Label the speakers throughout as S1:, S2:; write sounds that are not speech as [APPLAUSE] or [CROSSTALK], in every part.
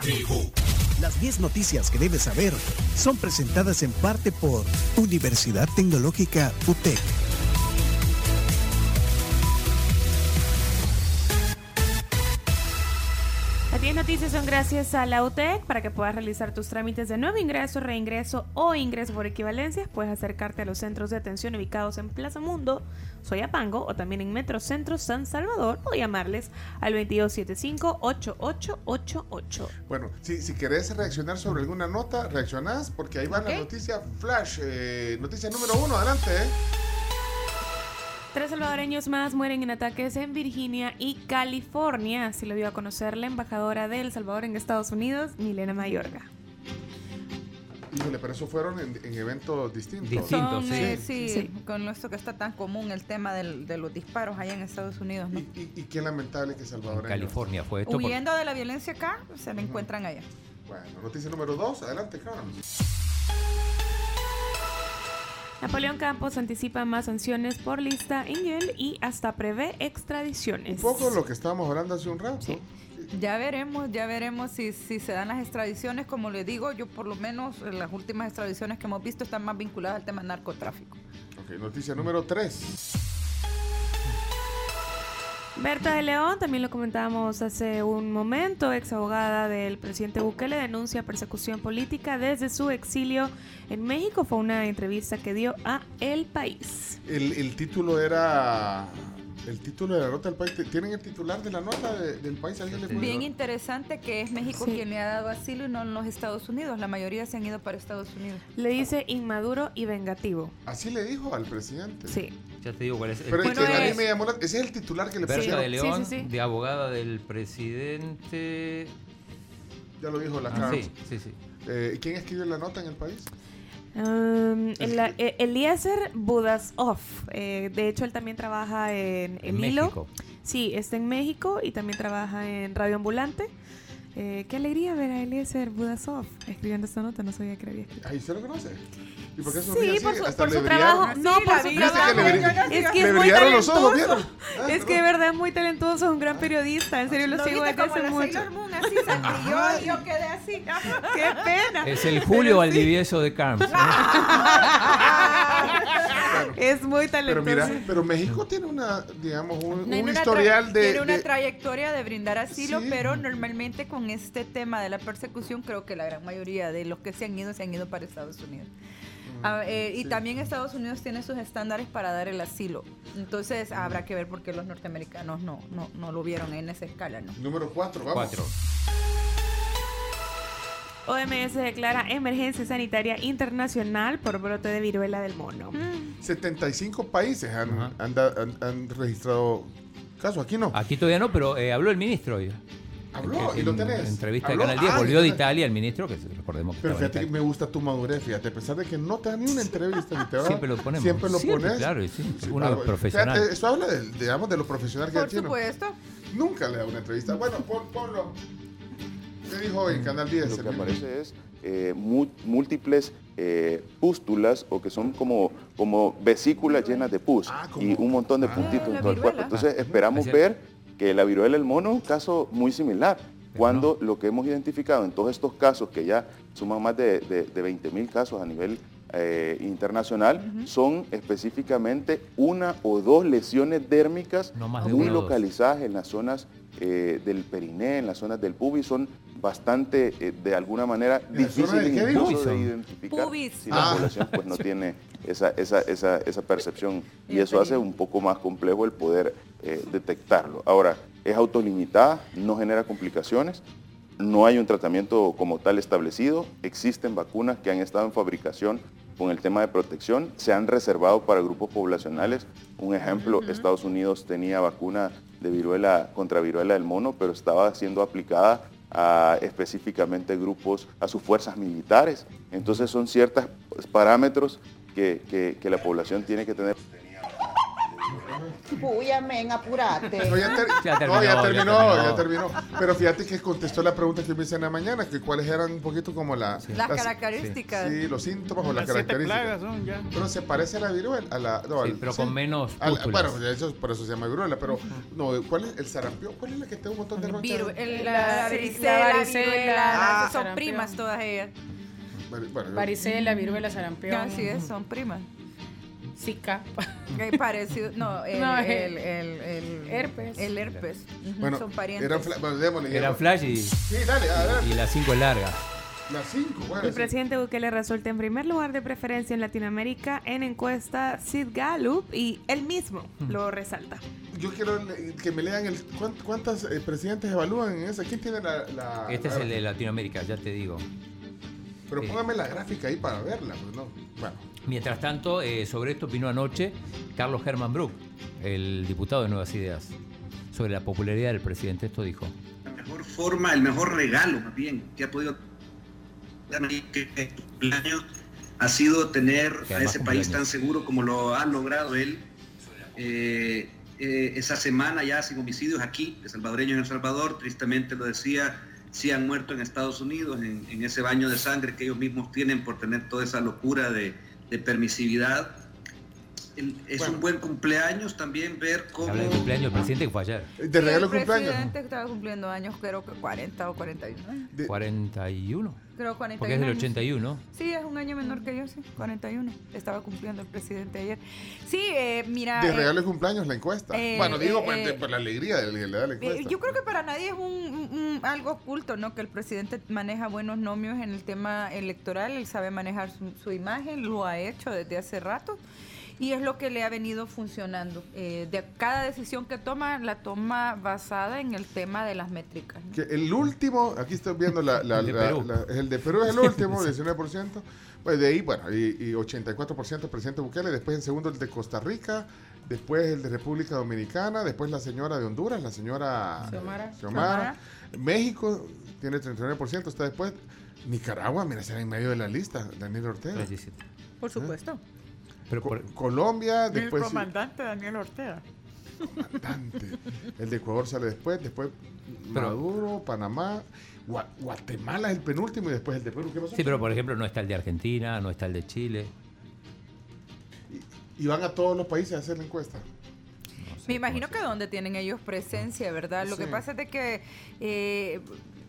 S1: tribu.
S2: Las 10 noticias que debes saber son presentadas en parte por Universidad Tecnológica UTEC.
S3: Las 10 noticias son gracias a la UTEC para que puedas realizar tus trámites de nuevo ingreso, reingreso o ingreso por equivalencias. Puedes acercarte a los centros de atención ubicados en Plaza Mundo, Soyapango o también en Metrocentro San Salvador o llamarles al 2275-8888.
S4: Bueno, si, si querés reaccionar sobre alguna nota, reaccionás porque ahí va
S3: Ok.
S4: la noticia flash, eh, noticia número uno, adelante. eh.
S3: Tres salvadoreños más mueren en ataques en Virginia y California, así lo dio a conocer la embajadora de El Salvador en Estados Unidos, Milena Mayorga.
S4: Híjole, pero eso fueron en, en eventos distintos.
S5: Distintos.
S6: Son,
S5: sí.
S6: eh, sí,
S3: Sí.
S6: con esto que está tan común el tema del- de los disparos allá en Estados Unidos,
S4: Y,
S6: ¿no?
S4: y, y qué lamentable que
S5: En
S4: Salvador.
S5: California fue esto. porque-
S6: Huyendo de la violencia acá, se la encuentran allá.
S4: Bueno, noticia número dos, adelante, Carmen.
S3: Napoleón Campos anticipa más sanciones por lista Ingel y hasta prevé extradiciones.
S4: Un poco lo que estábamos hablando hace un rato.
S3: Sí.
S6: Ya veremos, ya veremos si, si se dan las extradiciones. Como le digo, yo por lo menos eh, las últimas extradiciones que hemos visto están más vinculadas al tema narcotráfico.
S4: Ok, noticia número tres.
S3: Berta de León, también lo comentábamos hace un momento, ex abogada del presidente Bukele, denuncia persecución política desde su exilio en México. Fue una entrevista que dio a El País.
S4: El, el título era... El título de la nota del país. ¿Tienen el titular de la nota de- del país? ¿Alguien le puede-
S6: Bien interesante que es México
S3: Sí.
S6: quien le ha dado asilo y no los Estados Unidos. La mayoría se han ido para Estados Unidos.
S3: Le dice inmaduro y vengativo.
S4: Así le dijo al presidente.
S3: Sí.
S5: Ya te digo cuál es.
S4: Pero
S5: El-
S4: es que
S6: Bueno,
S4: a mí
S6: es-
S4: me llamó la- Ese es el titular que le
S5: Berta
S4: pusieron.
S5: de León,
S3: Sí, sí, sí.
S5: de abogada del presidente.
S4: Ya lo dijo la
S5: Ah,
S4: cara.
S5: sí, sí, sí.
S4: Eh, ¿y ¿Quién escribió la nota en el país?
S3: Um, el- eh, Eliezer Budasov. eh, de hecho, él también trabaja en, en
S5: En
S3: Hilo.
S5: México.
S3: Sí, está en México y también trabaja en Radio Ambulante. Eh, qué alegría ver a Eliezer Budasov escribiendo esta nota, no sabía que la había escrito.
S4: Ahí se lo conoce. ¿Y por qué
S3: Sí,
S4: sonríe así?
S3: por su,
S4: Hasta
S3: por
S4: le
S3: su
S4: brillaron.
S3: trabajo. No,
S6: Ah, Sí,
S3: por
S6: la
S3: su
S6: vi,
S4: Viste
S3: trabajo.
S4: que le, bri-
S3: es que
S4: le
S3: es muy
S4: brillaron los ojos,
S3: talentoso.
S4: ¿vieron? Ah,
S3: Es que de
S4: perdón.
S3: verdad es muy talentoso, es un gran periodista. En serio, lo
S6: ¿No
S3: sigo desde
S6: viste como
S3: hace
S6: la
S3: mucho.
S6: Sailor Moon así sonrió y yo quedé así.
S3: [LAUGHS] ¡Qué pena!
S4: [LAUGHS]
S3: [LAUGHS]
S5: Es el Julio Valdivieso de Camps. ¿eh? ¿no?
S3: [LAUGHS] Es muy
S4: Ah. Pero
S3: talentoso.
S4: mira, pero México tiene una, digamos, un,
S6: No,
S4: un
S6: tiene una tra-
S4: historial de...
S6: Tiene una
S4: de-
S6: trayectoria de brindar asilo,
S4: Sí.
S6: pero normalmente con este tema de la persecución, creo que la gran mayoría de los que se han ido, se han ido para Estados Unidos. Ah, eh, Y
S4: Mm, sí.
S6: también Estados Unidos tiene sus estándares para dar el asilo. Entonces habrá que ver por qué los norteamericanos no, no, no lo vieron en esa escala, ¿no?
S4: Número 4, vamos.
S5: Cuatro.
S3: OMS declara emergencia sanitaria internacional por brote de viruela del mono.
S6: Mm.
S4: 75 países han,
S5: Ajá.
S4: han da- han- han registrado casos. Aquí no.
S5: Aquí todavía no, pero eh, habló el ministro hoy.
S4: Habló,
S5: En-
S4: y lo
S5: en
S4: tenés.
S5: Entrevista
S4: Habló.
S5: de Canal 10.
S4: Ah,
S5: Volvió de
S4: está-
S5: Italia el ministro, que recordemos que
S4: Pero
S5: estaba en
S4: fíjate que
S5: Italia.
S4: me gusta tu madurez, fíjate, a pesar de que no te dan ni una entrevista ni te va-
S5: Siempre lo ponemos.
S4: Siempre lo
S5: Siempre,
S4: pones.
S5: claro, y sí.
S4: Sí,
S5: Uno
S4: bárbaro.
S5: profesional.
S4: Fíjate, eso habla, de, digamos, de lo profesional que
S6: Por
S4: es el chino.
S6: supuesto.
S4: Nunca le da una entrevista. Bueno, pon- ponlo. ¿Qué dijo en Canal 10?
S7: Lo
S4: el
S7: que
S4: mismo?
S7: aparece es eh, mu- múltiples eh, pústulas o que son como, como vesículas llenas de pus
S4: Ah, como-
S7: y un montón de
S4: Ah.
S7: puntitos
S6: Ah,
S7: en
S6: la
S7: todo el cuerpo.
S6: viruela.
S7: Entonces esperamos
S5: Es
S7: ver
S5: cierto.
S7: que la viruela del mono, un caso muy similar, cuando lo que hemos identificado en todos estos casos, que ya suman más de, de, de 20 mil casos a nivel eh, internacional, son específicamente una o dos lesiones dérmicas
S5: No más de
S7: muy
S5: una o dos.
S7: localizadas en las zonas eh, del periné, en las zonas del pubis, son bastante, eh, de alguna manera,
S4: ¿En la zona
S7: difíciles
S4: de qué
S7: incluso
S5: dijo?
S7: de
S5: Pubis.
S7: identificar
S6: Pubis.
S7: si la
S4: Ah.
S7: población
S4: [LAUGHS]
S7: pues, no tiene esa, esa, esa, esa percepción y
S6: Bien
S7: eso hace
S6: tenido.
S7: un poco más complejo el poder eh, detectarlo. Ahora, es autolimitada, no genera complicaciones, no hay un tratamiento como tal establecido, existen vacunas que han estado en fabricación con el tema de protección, se han reservado para grupos poblacionales. Un ejemplo, Estados Unidos tenía vacuna de viruela contra viruela del mono, pero estaba siendo aplicada a específicamente grupos, a sus fuerzas militares. Entonces son ciertos parámetros que, que- que la población tiene que tener.
S1: Puya, men, apurate.
S4: [LAUGHS] No, ya, ter-
S5: Ya
S4: no, ya terminó,
S5: terminó,
S4: ya
S5: ya
S4: terminó. Pero fíjate que contestó la pregunta que me hice en la mañana, que cuáles eran un poquito como la-
S6: Las características.
S4: sí, los síntomas o las
S8: Las siete
S4: características.
S8: plagas son ya.
S4: Pero se parece a la viruela. A la, no,
S5: Sí,
S4: al-
S5: pero
S4: sí.
S5: con menos
S4: A la-
S5: pústulas.
S4: bueno, de hecho, por eso se llama viruela, pero no, ¿cuál es el sarampión? ¿Cuál es la que tiene un montón de ronchas?
S6: Viru- el-
S9: La-
S6: la,
S9: sí,
S6: varicela,
S9: la
S6: la
S9: varicela,
S6: viruela,
S9: ah,
S6: son
S9: sarampión.
S6: primas todas ellas.
S4: Bueno, bueno,
S9: Varicela, viruela, sarampión.
S6: Así es,
S4: Mm.
S6: son primas.
S9: Zika.
S6: Eh, Parecido,
S9: [LAUGHS]
S6: no, el,
S9: No,
S6: el,
S9: el-
S6: el, el-
S9: herpes.
S6: El herpes. Ujú,
S4: bueno,
S6: son
S4: eran
S6: parientes.
S4: fla- bueno, démosle,
S5: Eran
S4: démosle.
S5: flash y,
S4: Sí, dale, a ver,
S5: y las 5 es larga.
S4: las cinco, bueno,
S3: El
S4: sí.
S3: presidente Bukele resulta en primer lugar de preferencia en Latinoamérica en encuesta Sid Gallup y él mismo
S4: Hmm.
S3: lo resalta.
S4: Yo quiero le- que me lean el, ¿cuánt- cuántas eh, presidentes evalúan en esa. ¿Quién tiene la, la-
S5: Este es
S4: la-
S5: el de Latinoamérica, ya te digo.
S4: Pero póngame la gráfica ahí para verla, pues, ¿no? Bueno,
S5: Mientras tanto, eh, sobre esto opinó anoche Carlos Herman Brook, el diputado de Nuevas Ideas, sobre la popularidad del presidente. Esto dijo.
S10: la mejor forma, el mejor regalo más bien que ha podido dar mi cumpleaños ha sido tener
S5: Que
S10: a
S5: además
S10: ese país
S5: cumpleaños.
S10: tan seguro como lo ha logrado él. Eh, eh, esa semana ya sin homicidios aquí, de salvadoreños en El Salvador, tristemente lo decía, sí han muerto en Estados Unidos en, en ese baño de sangre que ellos mismos tienen por tener toda esa locura de, de permisividad. El- es
S4: Bueno.
S10: un buen cumpleaños también ver cómo...
S5: Habla del cumpleaños del presidente que fue ayer.
S4: de regalo
S6: el
S4: de cumpleaños.
S6: presidente estaba cumpliendo años, creo que 40 o 41. años.
S4: De-
S5: 41.
S6: ¿eh? Creo 41.
S5: Porque es del
S6: años.
S5: 81.
S6: Sí, es un año menor que yo, sí, 41. Estaba cumpliendo el presidente ayer. Sí, eh, mira.
S4: de
S6: eh,
S4: regalo de cumpleaños la encuesta.
S6: eh,
S4: bueno, digo,
S6: eh,
S4: pues, de-
S6: eh,
S4: por la alegría de que le da la
S6: Eh,
S4: encuesta.
S6: Yo creo que para nadie es un, un- un- algo oculto, ¿no? Que el presidente maneja buenos nomios en el tema electoral, él sabe manejar su, su imagen, lo ha hecho desde hace rato y es lo que le ha venido funcionando. Eh, de cada decisión que toma, la toma basada en el tema de las métricas. ¿no?
S4: Que el último, aquí estoy viendo la, la-
S5: [LAUGHS] El de
S4: la-
S5: Perú.
S4: la- el de Perú es el
S5: [LAUGHS]
S4: último, 19%. Pues de ahí, bueno, y, y 84% el presidente Bukele, después en segundo el de Costa Rica, después el de República Dominicana, después la señora de Honduras, la señora
S9: Xiomara.
S4: Xiomara. México tiene 39%, está después Nicaragua, mira, está en medio de la lista, Daniel Ortega.
S5: 37.
S6: Por supuesto.
S5: Pero
S4: Co-
S5: por-
S4: Colombia,
S8: El
S4: después
S8: comandante Daniel Ortega.
S4: Dante. El de Ecuador sale después, después
S5: Pero-
S4: Maduro, Panamá, Gua- Guatemala es el penúltimo y después el de Perú. ¿Qué pasó?
S5: sí, pero por ejemplo no está el de Argentina, no está el de Chile.
S4: Y van a todos los países a hacer la encuesta.
S5: No sé
S6: Me imagino
S5: cómo
S6: que donde tienen ellos presencia, ¿verdad? Lo que
S4: Sí.
S6: pasa es de que eh,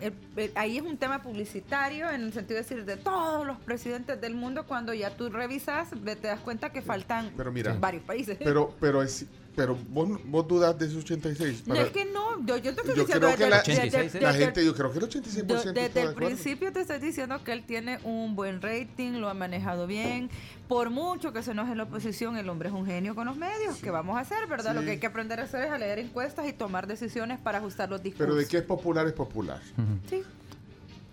S6: el- el- ahí es un tema publicitario en el sentido de decir de todos los presidentes del mundo, cuando ya tú revisas, ve- te das cuenta que faltan
S4: Pero mira.
S6: varios países.
S4: Pero, pero es, pero vos, vos dudas de ese 86.
S6: no
S4: Para-
S6: es que no, yo, yo te estoy
S4: yo
S6: diciendo
S4: creo que
S6: desde-
S4: la,
S6: desde-
S5: 86, ¿eh?
S6: desde-
S4: la gente, yo creo que el 86%
S6: Do-
S4: está
S6: Desde
S4: de
S6: el
S4: acuerdo.
S6: principio te estoy diciendo que él tiene un buen rating, lo ha manejado bien. Por mucho que se enoje la oposición, el hombre es un genio con los medios. ¿Qué vamos a hacer, verdad? Lo
S4: Sí.
S6: que hay que aprender a hacer es a leer encuestas y tomar decisiones para ajustar los discursos.
S4: Pero de qué es popular es popular.
S6: Sí.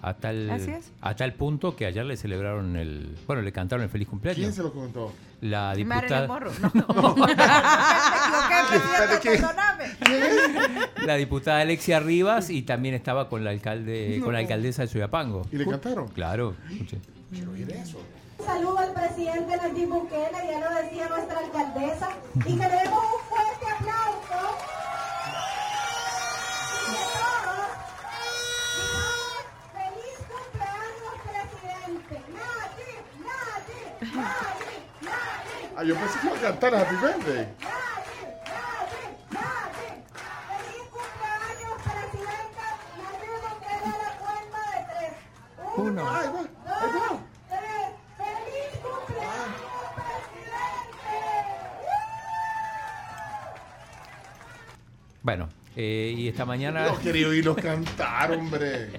S5: A tal,
S6: Así es.
S5: a tal punto que ayer le celebraron el. Bueno, le cantaron el feliz
S4: ¿Quién
S5: cumpleaños.
S4: se lo comentó?
S5: La
S6: Marilyn
S5: diputada,
S6: Monroe.
S4: [LAUGHS]
S6: No, no. Me equivoqué,
S4: ¿Quién?
S6: presidente, perdóname.
S5: [LAUGHS] la diputada Alexia Rivas y también estaba con la alcalde, con la alcaldesa de Soyapango.
S4: ¿Y le cantaron?
S5: Claro. escuche.
S4: Quiero oír eso.
S1: Saludo al presidente Nayib Bukele, ya lo decía nuestra alcaldesa, y queremos un fuerte aplauso de todos. Digan, ¡Feliz cumpleaños, presidente! ¡Nayib, Nayib, Nayib, Nayib!
S4: Ah, yo pensé que iba a cantar Happy Birthday.
S1: ¡Nayib, Nayib, Nayib! ¡Feliz cumpleaños, presidente Nayib Bukele a la cuenta de tres!
S5: Uno.
S4: Ay, va, ahí va.
S1: tres! ¡Feliz cumpleaños, presidente!
S5: Bueno, eh, y esta mañana.
S4: [LAUGHS] No quería oírlos cantar, hombre.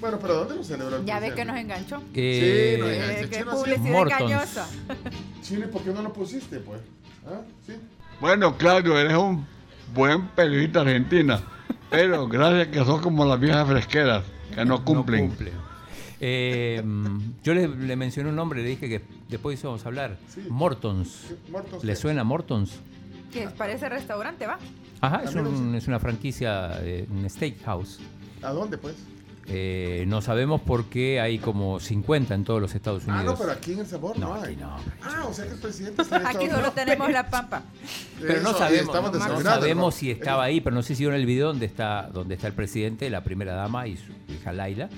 S4: Bueno, pero ¿dónde lo celebró el
S6: Ya ves que
S4: presidente?
S6: nos enganchó.
S5: eh,
S4: Sí, no, ya-
S6: Eh,
S4: se
S6: qué
S4: echó así.
S6: publicidad
S5: Mortons.
S6: engañosa.
S4: Chile, ¿por qué no lo pusiste, pues? ¿Ah? ¿Sí?
S11: Bueno, Claudio, eres un buen periodista argentina, pero gracias que sos como las viejas fresqueras, que no cumplen.
S5: No cumple. Eh, mm, yo le, le mencioné un nombre, le dije que después íbamos a hablar.
S4: Sí.
S5: Mortons.
S4: Sí, Mortons,
S5: ¿Le
S4: ¿qué?
S5: suena Mortons?
S6: Que parece restaurante, ¿va?
S5: Ajá, es,
S4: A mí no
S5: un- es una franquicia, de un steakhouse.
S4: ¿A dónde, pues?
S5: Eh, no sabemos por qué hay como 50 en todos los Estados Unidos.
S4: Ah, no, pero aquí en El Sabor no,
S5: No,
S4: hay.
S5: aquí no, hombre.
S4: ah, o sea que el presidente está en
S6: Aquí
S4: Estados
S6: solo
S4: Unidos.
S6: tenemos la pampa.
S5: Pero
S4: Eso,
S5: no
S4: ahí
S5: sabemos,
S4: estamos
S5: no- no
S4: desayunando,
S5: sabemos
S4: hermano.
S5: si estaba ahí, pero no sé si vieron el video donde está, donde está el presidente, la primera dama y su hija Laila.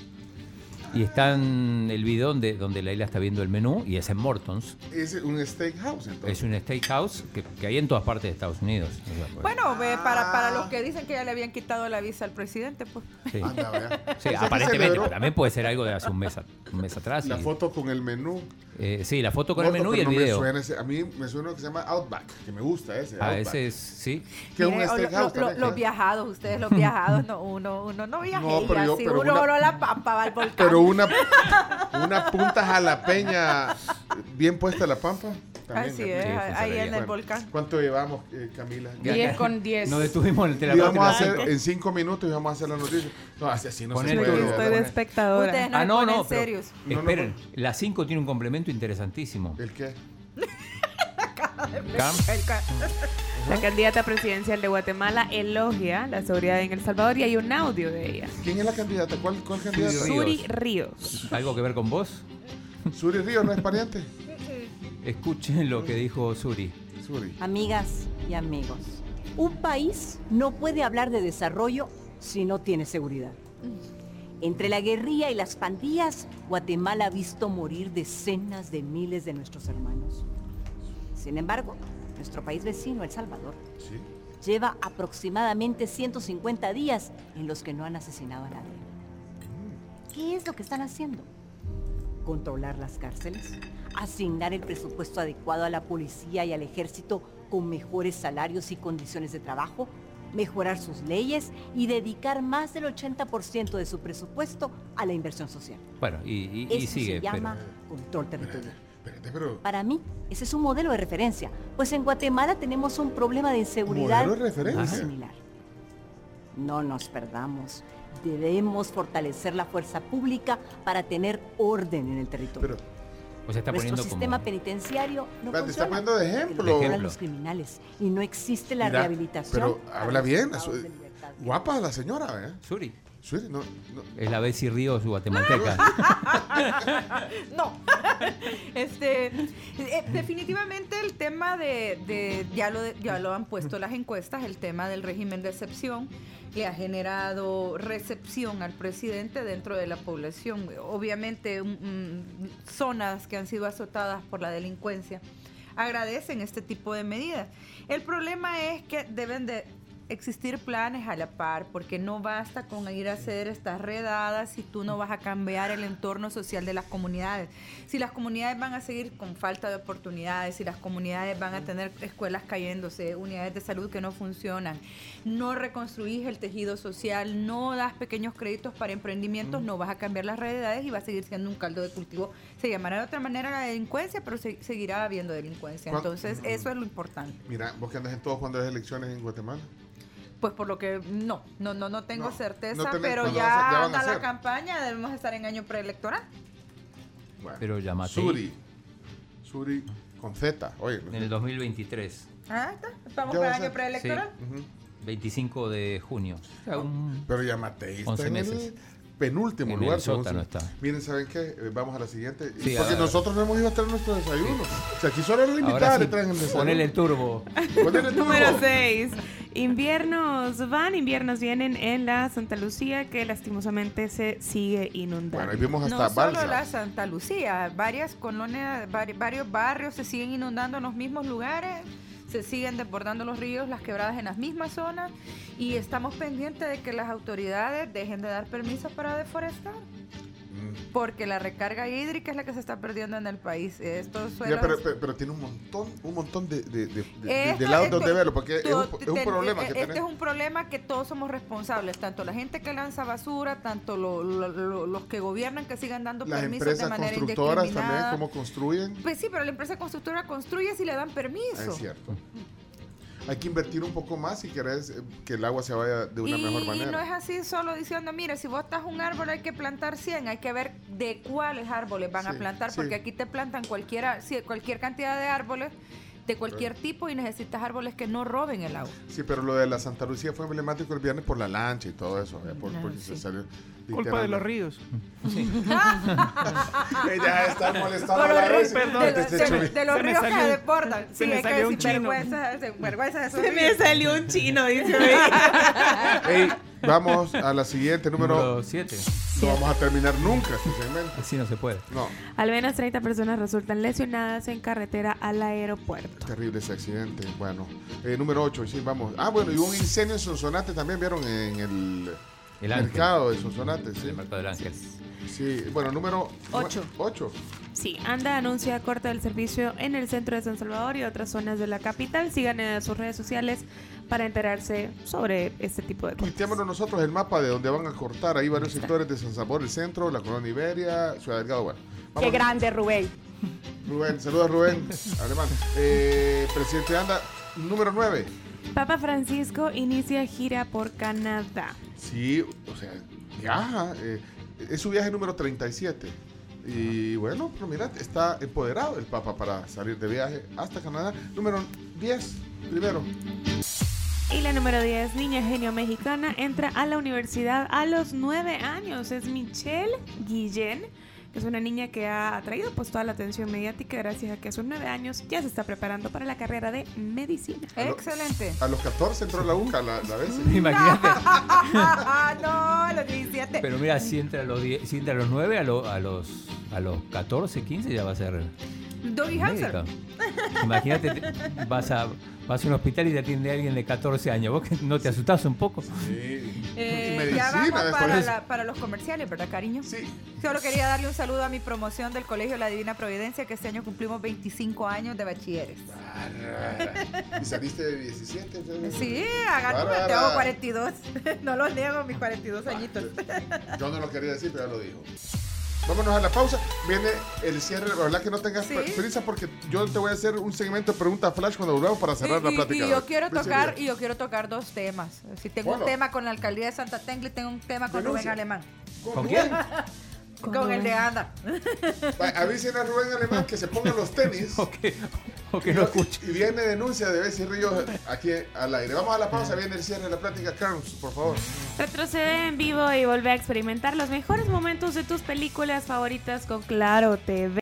S5: Y están el video donde, donde Laila está viendo el menú y es en Mortons.
S4: Es un steakhouse,
S5: Es
S4: entonces.
S5: un steakhouse que, que hay en todas partes de Estados Unidos. O sea, pues,
S6: Bueno, ve, para,
S4: Ah.
S6: para los que dicen que ya le habían quitado la visa al presidente, pues.
S5: sí.
S4: Anda, vea.
S5: Sí,
S4: O sea, que
S5: aparentemente,
S4: celebró
S5: pero también puede ser algo de hace un mes, a- un mes atrás.
S4: La
S5: y-
S4: foto con el menú.
S5: eh, sí, la foto con el
S4: Gordo,
S5: menú y
S4: pero no
S5: el
S4: me
S5: video.
S4: suena ese- a mí me suena uno que se llama Outback, que me gusta ese.
S5: Ah,
S4: Outback,
S5: ese es, sí.
S4: Que es un
S6: Mire, o lo-
S4: steakhouse.
S6: lo- lo-
S4: también,
S6: los
S4: ¿eh?
S6: viajados, ustedes los viajados, no, uno, uno no viaja.
S4: No, pero yo-
S6: así,
S4: pero
S6: uno
S4: una-
S6: voló la pampa, va al volcán.
S4: Pero una, una punta jalapeña bien puesta la pampa. [LAUGHS] también
S6: Así
S4: me-
S6: es,
S5: sí,
S6: ahí en
S5: funcionaría.
S6: el
S4: Bueno,
S6: volcán.
S4: ¿Cuánto llevamos, eh, Camila?
S5: Ya-
S9: 10 con 10.
S5: Nos detuvimos en el
S4: Y vamos a
S5: teléfono.
S4: hacer en cinco minutos y vamos a hacer la noticia. No, así, así no se
S5: Ponele
S3: Yo
S5: Bueno,
S3: aquí
S4: puede.
S5: que
S3: estoy de
S4: ¿verdad?
S3: espectadora.
S6: Ustedes no
S5: Ah, no, no, pero
S6: serios.
S4: No, no,
S5: esperen. La 5 tiene un complemento interesantísimo.
S4: ¿El qué?
S5: Camp
S6: El ca-
S3: La candidata presidencial de Guatemala elogia la seguridad en El Salvador y hay un audio de ella.
S4: ¿Quién es la candidata? ¿Cuál, cuál candidata?
S5: Ríos.
S3: Suri Ríos.
S5: ¿Algo que ver con vos?
S4: Suri Ríos, ¿no es pariente?
S5: Escuchen lo que dijo Suri.
S4: Suri.
S8: Amigas y amigos, un país no puede hablar de desarrollo si no tiene seguridad. Entre la guerrilla y las pandillas, Guatemala ha visto morir decenas de miles de nuestros hermanos. Sin embargo, nuestro país vecino, El Salvador,
S4: Sí.
S8: lleva aproximadamente 150 días en los que no han asesinado a nadie. ¿Qué es lo que están haciendo? Controlar las cárceles, asignar el presupuesto adecuado a la policía y al ejército con mejores salarios y condiciones de trabajo, mejorar sus leyes y dedicar más del 80% de su presupuesto a la inversión social.
S5: Bueno, y, y- y
S8: Eso
S5: sigue.
S8: se llama
S5: pero-
S8: control territorial.
S4: Espérate, pero.
S8: Para mí, ese es un modelo de referencia, pues en Guatemala tenemos un problema de inseguridad
S4: Modelo de referencia.
S8: muy similar. No nos perdamos. Debemos fortalecer la fuerza pública para tener orden en el territorio.
S4: Pero,
S5: o sea, está
S8: Nuestro
S5: poniendo
S8: sistema
S5: como...
S8: penitenciario no
S4: Espérate, está
S8: funciona.
S4: poniendo de ejemplo.
S8: porque lo controlan
S5: Ejemplo.
S8: los criminales y no existe la
S4: mira,
S8: rehabilitación.
S4: pero
S8: para
S4: habla
S8: los
S4: bien.
S8: privados
S4: su-
S8: de libertad.
S4: Guapa la señora, ¿eh?
S5: Suri.
S4: Suri, no. no.
S5: Es la Bessie Ríos
S8: Ah,
S5: guatemalteca.
S6: No. [LAUGHS] este, eh, definitivamente el tema de, de- ya lo ya lo han puesto las encuestas, el tema del régimen de excepción le ha generado recepción al presidente dentro de la población. Obviamente mm, mm, zonas que han sido azotadas por la delincuencia agradecen este tipo de medidas. El problema es que deben de existir planes a la par, porque no basta con ir a hacer estas redadas si tú no vas a cambiar el entorno social de las comunidades. Si las comunidades van a seguir con falta de oportunidades, si las comunidades van
S4: Mm.
S6: a tener escuelas cayéndose, unidades de salud que no funcionan, no reconstruís el tejido social, no das pequeños créditos para emprendimientos,
S4: Mm.
S6: no vas a cambiar las realidades y va a seguir siendo un caldo de cultivo. Se llamará de otra manera la delincuencia, pero se- seguirá habiendo delincuencia.
S4: ¿Cuán- Mm.
S6: Entonces, eso es lo importante.
S4: Mira, vos que andas en todos cuando hay elecciones en Guatemala.
S6: Pues por lo que no, no, no, no tengo
S4: No,
S6: certeza,
S4: no tenés-
S6: pero
S4: cuando
S6: ya,
S4: vas a- ya van a
S6: anda
S4: hacer.
S6: la campaña, debemos estar en año preelectoral.
S4: Bueno.
S5: Pero llámate.
S4: Suri. Suri con Z. Oye.
S5: En el 2023,
S6: Ah, está. Vamos
S4: Ya va
S6: para
S4: a
S6: año
S4: ser.
S6: preelectoral.
S4: Ujú.
S5: 25 de junio. O sea, un-
S4: Pero ya Matei está
S5: 11
S4: en
S5: meses.
S4: el penúltimo
S5: En
S4: lugar.
S5: el
S4: según
S5: sótano
S4: su-
S5: está.
S4: Miren, ¿saben qué? Eh, Vamos a la siguiente.
S5: Sí,
S4: Porque
S5: a-
S4: nosotros no hemos ido a traer nuestro desayuno. O sea, aquí solo los
S5: Ahora
S4: invitados
S5: sí,
S4: le traen el desayuno.
S5: ponele el turbo.
S4: Ponele
S6: [LAUGHS]
S4: el
S3: Número
S4: turbo.
S3: 6. Inviernos van, inviernos vienen en la Santa Lucía que lastimosamente se sigue inundando.
S4: Bueno, ahí vimos hasta
S6: No solo
S4: Balsa.
S6: la Santa Lucía, varias colonias, vari- varios barrios se siguen inundando en los mismos lugares, se siguen desbordando los ríos, las quebradas en las mismas zonas y estamos pendientes de que las autoridades dejen de dar permisos para deforestar.
S4: Mm.
S6: Porque la recarga hídrica es la que se está perdiendo en el país. Estos suelos
S4: Ya, pero, pero- pero tiene un montón, un montón de, de, de, de-
S6: Esto
S4: de lados
S6: es
S4: donde
S6: to-
S4: verlo, porque eh, es
S6: to-
S4: un, es un
S6: ten-
S4: problema
S6: eh,
S4: que
S6: Este
S4: tenemos.
S6: es un problema que todos somos responsables, tanto la gente que lanza basura, tanto lo- lo- lo- los que gobiernan que sigan dando
S4: Las
S6: permisos de
S4: empresas
S6: manera
S4: constructoras también,
S6: indiscriminada.
S4: cómo construyen.
S6: Pues sí, pero la empresa constructora construye si le dan
S4: Ah,
S6: permiso.
S4: Es cierto. Hay que invertir un poco más si querés eh, que el agua se vaya de una
S6: y,
S4: mejor
S6: y
S4: manera.
S6: no es así solo diciendo, mira, si vos estás un árbol hay que plantar 100, hay que ver de cuáles árboles van a
S4: Sí,
S6: plantar,
S4: sí.
S6: porque aquí te plantan cualquiera, sí, cualquier cantidad de árboles de cualquier tipo y necesitas árboles que no roben el agua.
S4: Sí, pero lo de la Santa Lucía fue emblemático el viernes por la lancha y todo eso. eh, por- porque se salió
S12: Culpa de los
S4: literalmente.
S12: ríos.
S4: Ella está molestando
S6: Por
S4: a la
S6: los
S4: vez.
S6: ríos, perdón.
S4: Este
S6: Se me-
S4: chuli-
S6: de los
S4: se me
S6: ríos
S4: salió
S6: que
S4: un-
S6: deportan.
S4: se
S6: Sí,
S4: me
S6: es
S4: salió un
S6: que
S4: chino.
S6: sinvergüenza, sinvergüenza de esos
S3: Se me
S6: ríos.
S3: salió un chino, dice.
S4: Ey, vamos a la siguiente, número
S5: 7.
S4: No vamos a terminar nunca, especialmente.
S5: Así no se puede.
S4: No,
S3: Al menos 30 personas resultan lesionadas en carretera al aeropuerto.
S4: terrible ese accidente. Bueno, eh, número 8, sí, vamos. Ah, bueno, y un incendio en Sonsonate también vieron en el,
S5: El Ángel.
S4: mercado de Sonsonate, sí.
S5: El mercado del ángel. [LAUGHS]
S4: Sí, bueno, número
S3: Ocho.
S4: 8.
S3: Sí, ANDA anuncia corte del servicio en el centro de San Salvador y otras zonas de la capital. Sigan en sus redes sociales para enterarse sobre este tipo de cosas.
S4: Tuiteémonos nosotros el mapa de donde van a cortar. Ahí varios sectores de San Salvador, el centro, la colonia Iberia, Ciudad Delgado. Bueno,
S13: Qué
S4: vamos.
S13: grande, Rubén.
S4: Rubén, saludos
S6: [LAUGHS]
S4: Rubén, alemán. Eh, presidente Anda, número 9.
S3: Papa Francisco inicia gira por Canadá.
S4: Sí, o sea, viaja. eh, es su viaje número 37. Y bueno, pero mira, está empoderado el Papa para salir de viaje hasta Canadá. Número 10, primero.
S3: Y la número 10, niña genio mexicana, entra a la universidad a los 9 años. Es Michelle Guillén, que es una niña que ha atraído pues toda la atención mediática gracias a que a sus 9 años ya se está preparando para la carrera de medicina.
S6: Excelente.
S4: A los 14 entró la UCA la, la vez.
S5: Imagínate.
S6: [LAUGHS] no, los 17.
S5: Pero mira, si entra a los, 10, si entra a los 9, a, lo- a, los, a los 14, 15 ya va a ser
S6: Doggy Hamster.
S5: médica. Imagínate, te- vas a, vas a un hospital y te atiende alguien de 14 años. ¿Vos que no te asustás un poco? [LAUGHS]
S6: Eh,
S5: Y medicina,
S6: ya vamos
S5: después
S6: para,
S5: es-
S6: la- para los comerciales, ¿verdad, cariño?
S4: Sí.
S6: Solo quería darle un saludo a mi promoción del Colegio La Divina Providencia, que este año cumplimos 25 años de bachilleres.
S4: Y saliste de 17. entonces-
S6: Sí, agárrame,
S4: Bárbara.
S6: tengo 42. [LAUGHS] No los niego, mis 42 añitos.
S4: Ah, Yo no lo quería decir, pero ya lo dijo. Vámonos a la pausa. Viene el cierre. Ojalá que no tengas
S6: Sí.
S4: prisa porque yo te voy a hacer un segmento de preguntas flash cuando volvamos para cerrar
S6: Y-
S4: la
S6: y-
S4: plática.
S6: Y yo quiero
S4: Luis
S6: tocar,
S4: Elías.
S6: y yo quiero tocar dos temas. Si tengo
S4: Bueno.
S6: un tema con la alcaldía de Santa Tecla y tengo un tema con
S4: Denuncia.
S6: Rubén Alemán.
S5: ¿Con quién?
S6: Con,
S4: Con
S6: el de
S4: Rubén.
S6: Anda.
S4: Va, Avisen a Rubén Alemán que se pongan los
S5: [LAUGHS]
S4: tenis.
S5: O que no escuche.
S4: Y viene denuncia de Bessie Ríos aquí al aire. Vamos a la pausa. Viene el cierre de la plática. Carlos, por favor.
S3: Retrocede en vivo y vuelve a experimentar los mejores momentos de tus películas favoritas con Claro TV.